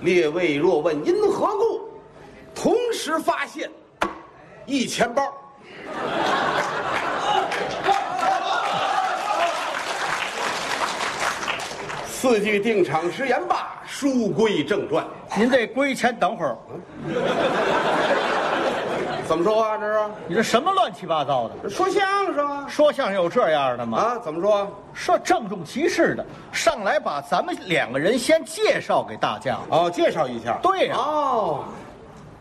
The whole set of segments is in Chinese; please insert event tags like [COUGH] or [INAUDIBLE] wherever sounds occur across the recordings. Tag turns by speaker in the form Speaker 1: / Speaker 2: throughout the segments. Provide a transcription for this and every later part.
Speaker 1: 列位若问因何故，同时发现一钱包。四句定场诗言罢，书归正传。
Speaker 2: 您这龟先等会儿，
Speaker 1: 怎么说话这是？
Speaker 2: 你这什么乱七八糟的？
Speaker 1: 说相声啊？
Speaker 2: 说相声有这样的吗？
Speaker 1: 啊，怎么说？
Speaker 2: 说郑重其事的，上来把咱们两个人先介绍给大家。
Speaker 1: 哦，介绍一下。
Speaker 2: 对呀
Speaker 1: 哦，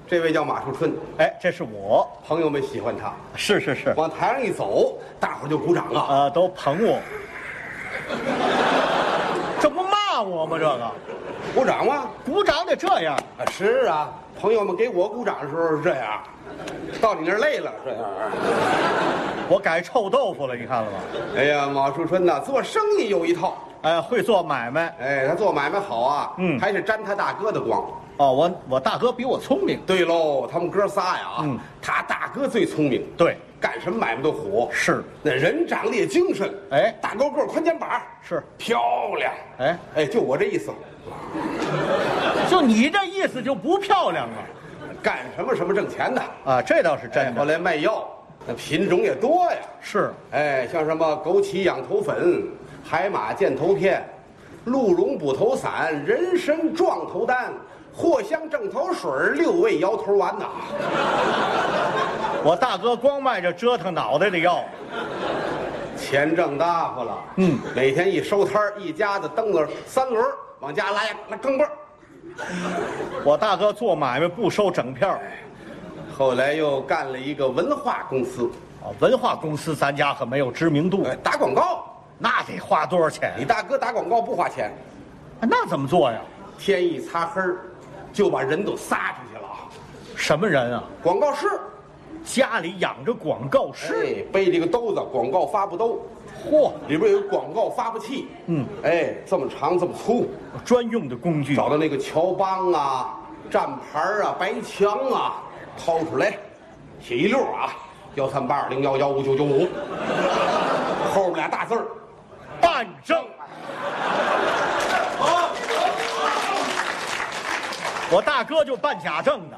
Speaker 1: 这位叫马树春，
Speaker 2: 哎，这是我，
Speaker 1: 朋友们喜欢他，
Speaker 2: 是是是，
Speaker 1: 往台上一走，大伙儿就鼓掌啊。
Speaker 2: 啊，都捧我，这不骂我吗？这个
Speaker 1: 鼓掌吗？
Speaker 2: 鼓掌得这样，
Speaker 1: 啊，是啊，朋友们给我鼓掌的时候是这样，到你那儿累了啊这样。
Speaker 2: 我改臭豆腐了，你看了吗？
Speaker 1: 哎呀，马树春呐、做生意有一套，
Speaker 2: 哎，会做买卖
Speaker 1: 哎，他做买卖好啊，
Speaker 2: 嗯
Speaker 1: 还是沾他大哥的光。
Speaker 2: 哦，我我大哥比我聪明，
Speaker 1: 对喽，他们哥仨呀，啊
Speaker 2: 嗯
Speaker 1: 他大哥最聪明，
Speaker 2: 对，
Speaker 1: 干什么买卖都火，
Speaker 2: 是
Speaker 1: 那人长得也精神，
Speaker 2: 哎
Speaker 1: 大高个儿宽肩膀儿
Speaker 2: 是
Speaker 1: 漂亮，
Speaker 2: 哎
Speaker 1: 哎，就我这意思，
Speaker 2: 就你这意思就不漂亮了
Speaker 1: 干什么什么挣钱的，
Speaker 2: 啊？这倒是
Speaker 1: 哎
Speaker 2: 真，
Speaker 1: 后
Speaker 2: 的，
Speaker 1: 来卖药，那品种也多呀，
Speaker 2: 是
Speaker 1: 哎，像什么枸杞养头粉、海马健头片、鹿茸补头散、人参壮头丹、藿香正头水、六味摇头丸呐。
Speaker 2: 我大哥光卖这折腾脑袋的药，
Speaker 1: 钱挣大发了，
Speaker 2: 嗯，
Speaker 1: 每天一收摊儿，一家子蹬着三轮儿往家拉拉钢镚儿。
Speaker 2: 我大哥做买卖不收整票，
Speaker 1: 后来又干了一个文化公司，
Speaker 2: 啊，文化公司咱家可没有知名度，
Speaker 1: 哎，打广告。
Speaker 2: 那得花多少钱啊
Speaker 1: 你？大哥打广告不花钱，
Speaker 2: 那怎么做呀？
Speaker 1: 天一擦黑儿，就把人都撒出去了啊。
Speaker 2: 什么人啊？
Speaker 1: 广告室，
Speaker 2: 家里养着广告师，
Speaker 1: 哎，背着个兜子，广告发布兜，
Speaker 2: 嚯，
Speaker 1: 里边有广告发布器，
Speaker 2: 嗯，
Speaker 1: 哎，这么长这么粗，
Speaker 2: 专用的工具，
Speaker 1: 找到那个乔帮啊、站牌啊、白墙啊，掏出来，写一溜儿啊，幺三八二零幺幺五九九五，后边俩大字儿，
Speaker 2: 办证。我大哥就办假证的，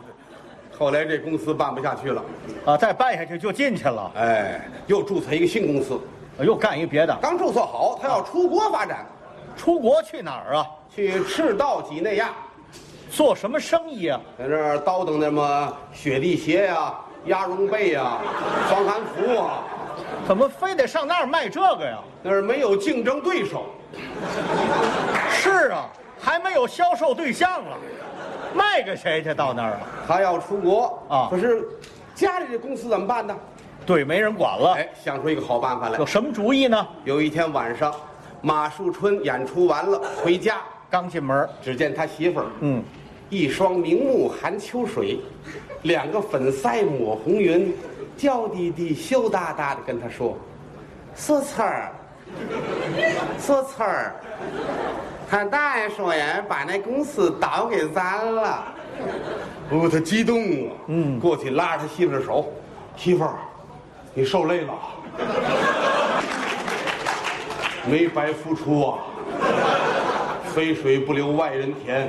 Speaker 1: 后来这公司办不下去了，
Speaker 2: 啊，再办下去就进去了，
Speaker 1: 哎，又注册一个新公司，
Speaker 2: 又干一别的。
Speaker 1: 刚注册好，他要出国发展，
Speaker 2: 出国去哪儿啊？
Speaker 1: 去赤道几内亚，
Speaker 2: 做什么生意啊？
Speaker 1: 在那儿倒腾那么雪地鞋呀、鸭绒被呀、防寒服啊，
Speaker 2: 怎么非得上那儿卖这个呀？
Speaker 1: 那儿没有竞争对手，
Speaker 2: 是啊，还没有销售对象了，卖给谁去？到那儿啊？
Speaker 1: 他要出国
Speaker 2: 啊
Speaker 1: 可是家里这公司怎么办呢？
Speaker 2: 对，没人管了。
Speaker 1: 哎，想出一个好办法来
Speaker 2: 有。什么主意呢？
Speaker 1: 有一天晚上，马树春演出完了回家，
Speaker 2: 刚进门，
Speaker 1: 只见他媳妇儿，
Speaker 2: 嗯，
Speaker 1: 一双明目含秋水，两个粉腮抹红云，娇滴滴、羞答答的跟他说：“说词儿，说词儿，他大爷说呀，把那公司倒给咱了。”哦，他激动啊，嗯，过去拉着他媳妇儿的手，媳妇儿，你受累了，没白付出啊。肥水不流外人田，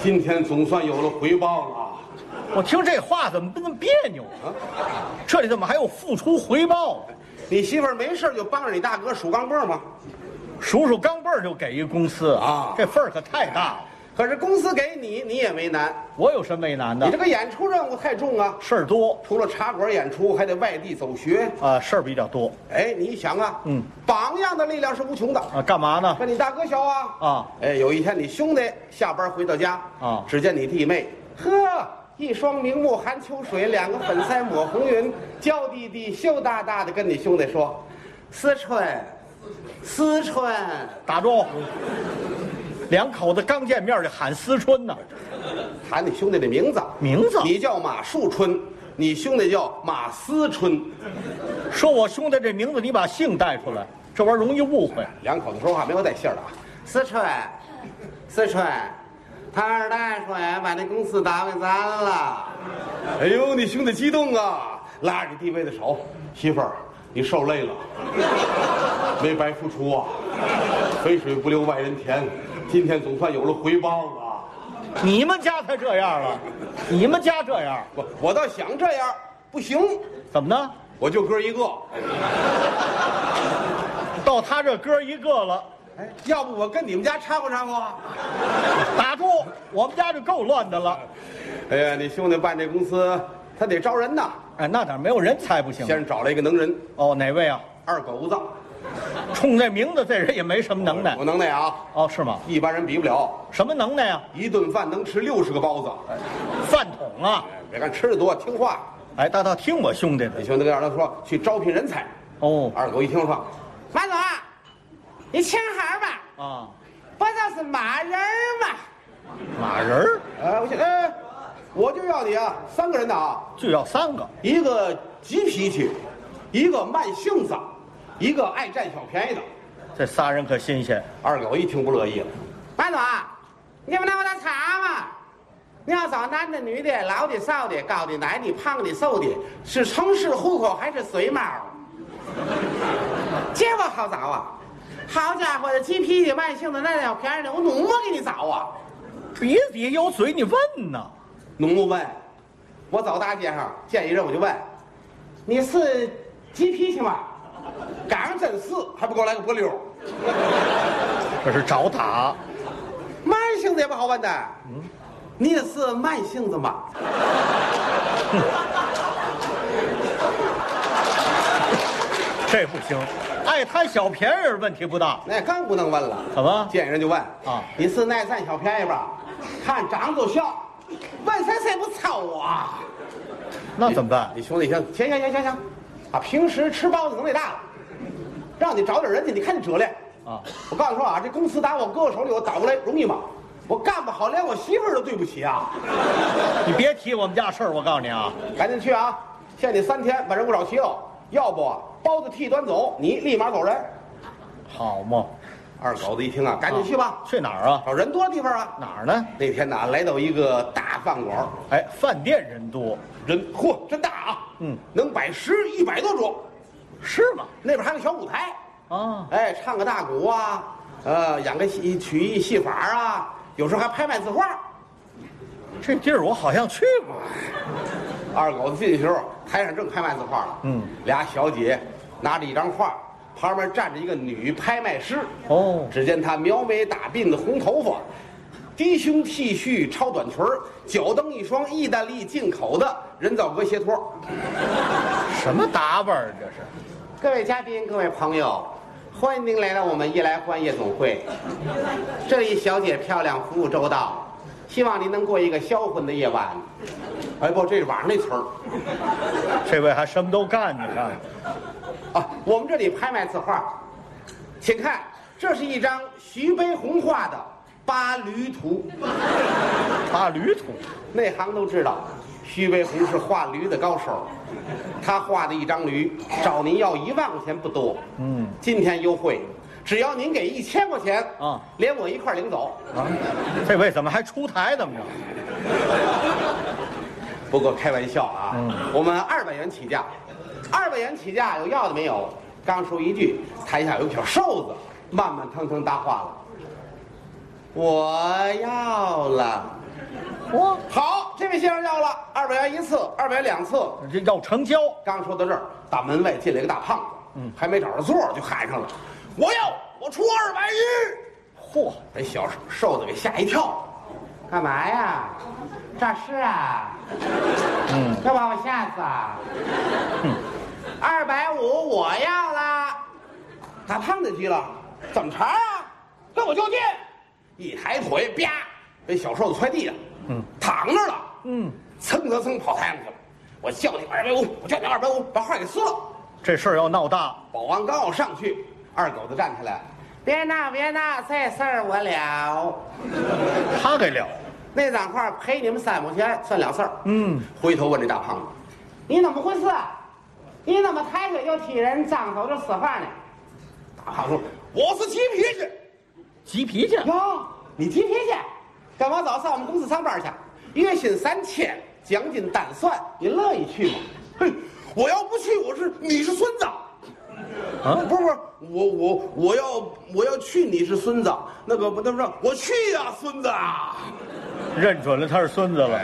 Speaker 1: 今天总算有了回报了。
Speaker 2: 我听这话怎么那么别扭啊？这里怎么还有付出回报？
Speaker 1: 你媳妇儿没事儿就帮着你大哥数钢镚儿吗？
Speaker 2: 数数钢镚儿就给一公司
Speaker 1: 啊
Speaker 2: 这份儿可太大了。
Speaker 1: 可是公司给你，你也为难。
Speaker 2: 我有什么为难
Speaker 1: 你
Speaker 2: 的
Speaker 1: 这？个演出任务太重啊，
Speaker 2: 事儿多
Speaker 1: 除了茶馆演出，还得外地走学。
Speaker 2: 啊，事儿比较多
Speaker 1: 哎，你一想啊，
Speaker 2: 嗯，
Speaker 1: 榜样的力量是无穷的。
Speaker 2: 啊，干嘛呢？
Speaker 1: 跟你大哥学啊
Speaker 2: 啊！
Speaker 1: 哎，有一天你兄弟下班回到家
Speaker 2: 啊
Speaker 1: 只见你弟妹，呵，一双明目含秋水，两个粉腮抹红云，娇滴滴、羞答答的跟你兄弟说：“思春，思春，
Speaker 2: 打住！两口子刚见面就喊思春呢，
Speaker 1: 喊你兄弟的名字，
Speaker 2: 名字
Speaker 1: 你叫马树春，你兄弟叫马思春。
Speaker 2: 说我兄弟这名字，你把姓带出来，这玩意儿容易误会。
Speaker 1: 两口子说话没有带信儿的啊。思春，思春，他二大爷说呀，把那公司打给咱了。哎呦，你兄弟激动啊，拉着你弟妹的手，媳妇儿，你受累了，没白付出啊，肥水不流外人田，今天总算有了回报了。
Speaker 2: 你们家才这样了，你们家这样
Speaker 1: 我我倒想这样，不行，
Speaker 2: 怎么呢？
Speaker 1: 我就哥一个。
Speaker 2: 到他这哥一个了，
Speaker 1: 哎，要不我跟你们家掺和掺和啊？
Speaker 2: 打住！我们家就够乱的了。
Speaker 1: 哎呀，你兄弟办这公司，他得招人呐。
Speaker 2: 哎，那哪没有人才不行？
Speaker 1: 先找了一个能人，
Speaker 2: 哦，哪位啊？
Speaker 1: 二狗子，
Speaker 2: 冲这名字，这人也没什么能耐
Speaker 1: 有。能耐啊，
Speaker 2: 哦，是吗？
Speaker 1: 一般人比不了。
Speaker 2: 什么能耐啊？
Speaker 1: 一顿饭能吃六十个包子，哎
Speaker 2: 饭桶啊！
Speaker 1: 别看吃的多，听话。
Speaker 2: 哎，大倒听我兄弟的
Speaker 1: 你。兄弟跟二狗说去招聘人才，
Speaker 2: 哦
Speaker 1: 二狗一听说，
Speaker 3: 马总啊，你听行吧，
Speaker 2: 啊，
Speaker 3: 不就是马人儿吗？
Speaker 2: 马人儿
Speaker 1: 哎，我去，哎，我就要你啊，三个人的啊，
Speaker 2: 就要三个。
Speaker 1: 一个急脾气，一个慢性子，一个爱占小便宜的。
Speaker 2: 这仨人可新鲜。
Speaker 1: 二狗一听不乐意了，
Speaker 3: 马总啊，你们拿我当茶吗？你要找男的、女的、老的、少的、高的、矮的、胖的、瘦的，是城市户口还是随猫？这我好找啊！好家伙的，急脾气、慢性子、那小便宜的，我努么给你找啊！
Speaker 2: 别底有嘴，你问呐。
Speaker 1: 农不问，我走大街上见一人我就问，
Speaker 3: 你是
Speaker 1: 急脾气吗？赶上真是还不给我来个波溜儿，
Speaker 2: 这是找打。
Speaker 1: 慢性子也不好问的。你也是慢性子吗？
Speaker 2: 这不行，爱贪小便宜儿问题不大。
Speaker 1: 那哎更不能问了。
Speaker 2: 怎么？
Speaker 1: 见人就问
Speaker 2: 啊
Speaker 1: 你是爱占小便宜吧？看长得就像，问谁谁不操啊？
Speaker 2: 那怎么办？
Speaker 1: 你兄弟行行行行行行，啊，平时吃包子能耐大了，让你找点人家，你看你折脸。
Speaker 2: 啊，
Speaker 1: 我告诉你说啊，这公司打我哥手里，我倒过来容易吗？我干不好，连我媳妇儿都对不起啊！
Speaker 2: 你别提我们家事儿，我告诉你啊，
Speaker 1: 赶紧去啊！限你三天把人给我找齐喽，要不啊，包子替你端走，你立马走人。
Speaker 2: 好嘛，
Speaker 1: 二狗子一听啊，赶紧去吧，
Speaker 2: 哎去哪儿啊？
Speaker 1: 找人多的地方啊。
Speaker 2: 哪儿呢？
Speaker 1: 那天呐，来到一个大饭馆儿，
Speaker 2: 哎，饭店人多，
Speaker 1: 人嚯，真大啊！
Speaker 2: 嗯，
Speaker 1: 能摆十一百多桌，
Speaker 2: 是吗？
Speaker 1: 那边还有个小舞台，
Speaker 2: 啊，
Speaker 1: 哎，唱个大鼓啊，呃，演个戏曲艺戏法啊，有时候还拍卖字画。
Speaker 2: 这地儿我好像去过。
Speaker 1: 二狗子进去的时候，台上正拍卖字画呢。
Speaker 2: 嗯，
Speaker 1: 俩小姐拿着一张画，旁边站着一个女拍卖师。
Speaker 2: 哦，
Speaker 1: 只见她描眉打鬓的红头发，低胸 T 恤超短裙儿，脚蹬一双意大利进口的人造革鞋拖。
Speaker 2: 什么打扮儿这是？
Speaker 1: 各位嘉宾，各位朋友，欢迎您来到我们夜来欢夜总会。这里小姐漂亮，服务周到，希望您能过一个销魂的夜晚。哎不，这是网上那词儿。
Speaker 2: 这位还什么都干，你看，
Speaker 1: 啊，我们这里拍卖字画，请看，这是一张徐悲鸿画的《巴驴图
Speaker 2: 打驴土，》，
Speaker 1: 内行都知道，徐悲鸿是画驴的高手，他画的一张驴，找您要一万块钱不多，
Speaker 2: 嗯，
Speaker 1: 今天优惠，只要您给一千块钱，
Speaker 2: 啊
Speaker 1: 连我一块儿领走。
Speaker 2: 啊，这位怎么还出台？怎么着？
Speaker 1: 不过开玩笑啊，
Speaker 2: 嗯
Speaker 1: 我们二百元起价，二百元起价有要的没有？刚说一句，台下有个小瘦子慢慢腾腾搭话了，我要了。
Speaker 2: 哇，
Speaker 1: 好，这位先生要了二百元一次，二百元两次。
Speaker 2: 这要成交，
Speaker 1: 刚说到这儿，打门外进来个大胖子，嗯，还没找着座儿就喊上了：“我要，我出二百一！”
Speaker 2: 嚯，
Speaker 1: 把小瘦子给吓一跳，
Speaker 3: 干嘛呀？诈尸啊？
Speaker 2: 嗯，
Speaker 3: 要把我吓死啊！二百五我要了，
Speaker 1: 大胖子急了：“怎么茬儿啊？跟我较劲！”一抬腿，啪，被小瘦子踹地上，嗯，躺那儿了，
Speaker 2: 嗯，
Speaker 1: 蹭蹭蹭跑太阳去了。我叫你二百五，我叫你二百五，把画给撕了。
Speaker 2: 这事儿要闹大，
Speaker 1: 保安刚要上去，二狗子站起来，
Speaker 3: 别闹别闹，这事儿我了。
Speaker 2: 他给了，
Speaker 3: 那张画赔你们三毛钱，算了事儿。
Speaker 2: 嗯，
Speaker 1: 回头问这大胖子
Speaker 3: 你怎么回事？
Speaker 1: 啊
Speaker 3: 你怎么抬腿就踢人，张手就使坏呢？：“
Speaker 1: 大胖子说，我是急脾气，
Speaker 2: 急脾气，
Speaker 3: 哟，
Speaker 1: 你急脾气，干嘛早上我们公司上班去？月薪三千，奖金单算，你乐意去吗？嘿，我要不去，我是你是孙子。”
Speaker 2: 啊
Speaker 1: 不是不是，我我我要我要去，你是孙子，那个不那不是，我去呀、孙子。
Speaker 2: 认准了他是孙子了。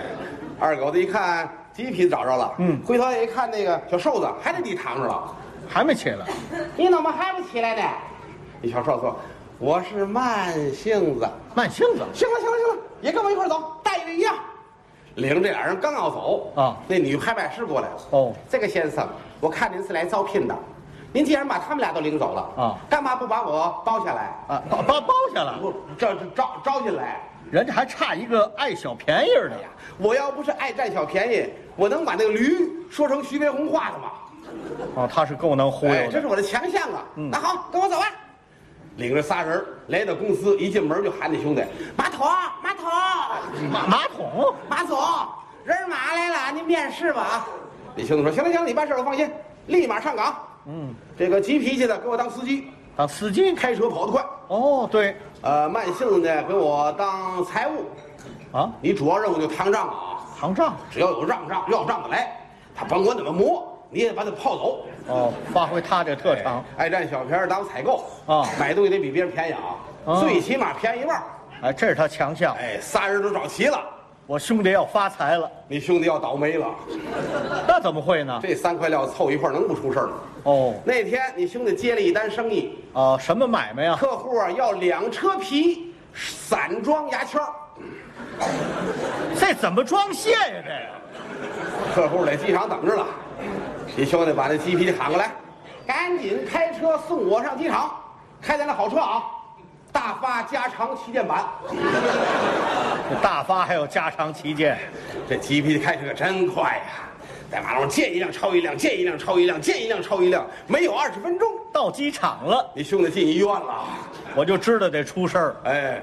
Speaker 1: 二狗子一看极品找着了，嗯，回头一看那个小瘦子还在地躺着 [LAUGHS] 了，
Speaker 2: 还没起来，
Speaker 3: 你怎么还不起来呢？
Speaker 1: 那小瘦子说：“我是慢性子。”
Speaker 2: 慢性子
Speaker 1: 行了行了行了，也跟我一块儿走，待遇一样。领着这俩人刚要走
Speaker 2: 啊
Speaker 1: 那女拍卖师过来了。
Speaker 2: 哦
Speaker 1: 这个先生，我看您是来招聘的，您既然把他们俩都领走了
Speaker 2: 啊
Speaker 1: 干嘛不把我包下来？
Speaker 2: 啊，包包包下来，
Speaker 1: 不，这这招招进来。
Speaker 2: 人家还差一个爱小便宜儿的
Speaker 1: 哎呀，我要不是爱占小便宜，我能把那个驴说成徐悲鸿画的吗？
Speaker 2: 哦，他是够能忽
Speaker 1: 哎，
Speaker 2: 悠
Speaker 1: 这
Speaker 2: 的
Speaker 1: 是。我的强项啊！那好，跟我走啊！领着仨人来到公司，一进门就喊那兄弟：“马桶，马桶，
Speaker 2: 马马桶啊
Speaker 1: 马总，人儿马来了，您面试吧啊！”李兄弟说：“行了行了，你办事儿我放心，立马上岗。”嗯，这个急脾气的给我当司机，
Speaker 2: 当司机
Speaker 1: 开车跑得快；
Speaker 2: 哦，对
Speaker 1: 呃，慢性子呢给我当财务。
Speaker 2: 啊，
Speaker 1: 你主要任务就扛账啊，
Speaker 2: 扛账
Speaker 1: 只要有让账要账的来，他甭管怎么磨，你也把他泡走。
Speaker 2: 哦，发挥他这特长，
Speaker 1: 爱占小便宜当采购
Speaker 2: 啊
Speaker 1: 买东西得比别人便宜啊，
Speaker 2: 啊
Speaker 1: 最起码便宜一半儿。
Speaker 2: 哎，这是他强项。
Speaker 1: 哎，仨人都找齐了，
Speaker 2: 我兄弟要发财了，
Speaker 1: 你兄弟要倒霉了，
Speaker 2: 那怎么会呢？
Speaker 1: 这三块料凑一块儿能不出事儿吗？
Speaker 2: 哦
Speaker 1: 那天你兄弟接了一单生意，
Speaker 2: 啊，什么买卖呀？
Speaker 1: 客户啊要两车皮散装牙签儿
Speaker 2: 这怎么装卸呀？这个
Speaker 1: 客户在机场等着了。你兄弟把那鸡皮喊过来，赶紧开车送我上机场，开咱的好车啊！大发加长旗舰版，
Speaker 2: 这大发还有加长旗舰，
Speaker 1: 这鸡皮开车可真快呀、在马路上见一辆超一辆，见一辆超一辆，见一辆超一辆，没有二十分钟，
Speaker 2: 到机场了
Speaker 1: 你兄弟进医院了。
Speaker 2: 我就知道得出事儿
Speaker 1: 哎，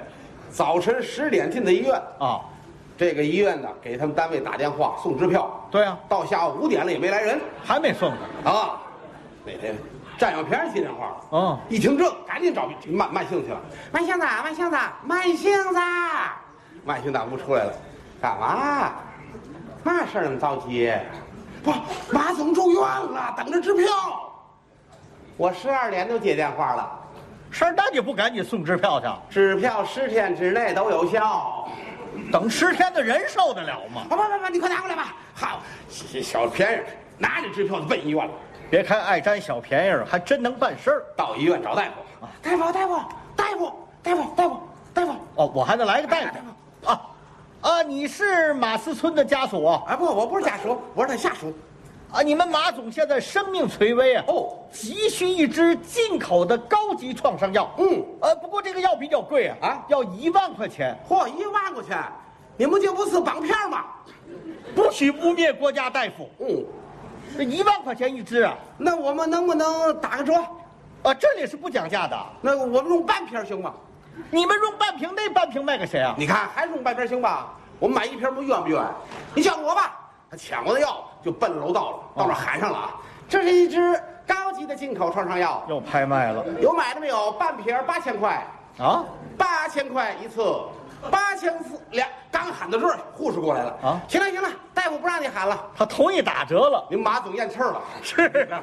Speaker 1: 早晨十点进的医院，
Speaker 2: 啊。
Speaker 1: 这个医院呢给他们单位打电话送支票，
Speaker 2: 对啊，
Speaker 1: 到下午五点了也没来人
Speaker 2: 还没送呢。
Speaker 1: 啊。那天占小便宜接电话了，
Speaker 2: 哦
Speaker 1: 一听这赶紧找慢慢性去了。
Speaker 3: 慢性子，慢性子，慢性子，
Speaker 1: 慢性大夫出来了，干嘛？嘛事儿那么着急？不，马总住院了，等着支票。我十二点就接电话了，
Speaker 2: 事儿那你不赶紧送支票去？
Speaker 1: 支票十天之内都有效。啊
Speaker 2: 等十天的人受得了吗？
Speaker 1: 啊不不不，你快拿过来吧。好，这小便宜拿着支票就奔医院了。
Speaker 2: 别看爱占小便宜儿，还真能办事儿。
Speaker 1: 到医院找大夫，
Speaker 3: 大夫，大夫，大夫，大夫，大夫，大夫，
Speaker 2: 哦，我还得来个大夫啊啊！你是马思村的家属啊？
Speaker 1: 啊不，我不是家属，我是他下属。
Speaker 2: 啊，你们马总现在生命垂危啊！
Speaker 1: 哦，
Speaker 2: 急需一支进口的高级创伤药。
Speaker 1: 嗯，
Speaker 2: 呃，不过这个药比较贵啊，
Speaker 1: 啊
Speaker 2: 要一万块钱，
Speaker 1: 嚯，一万块钱，你们这不是绑票吗？
Speaker 2: 不许污蔑国家大夫。
Speaker 1: 嗯，
Speaker 2: 这一万块钱一支啊，
Speaker 1: 那我们能不能打个折？
Speaker 2: 啊，这里是不讲价的。
Speaker 1: 那个我们用半瓶行吗？
Speaker 2: 你们用半瓶，那半瓶卖给谁啊？
Speaker 1: 你看还是用半瓶行吧？我们买一瓶不冤不冤？你叫我吧，他抢过的药就奔楼道了，到那儿喊上了啊！这是一支高级的进口创伤药，
Speaker 2: 又拍卖了
Speaker 1: 有买的没有？半瓶八千块，
Speaker 2: 啊！
Speaker 1: 八千块一次，八千四两。刚喊到这儿，护士过来了
Speaker 2: 啊
Speaker 1: 行了行了，大夫不让你喊了，
Speaker 2: 他同意打折了。
Speaker 1: 您马总咽气儿了。
Speaker 2: 是啊，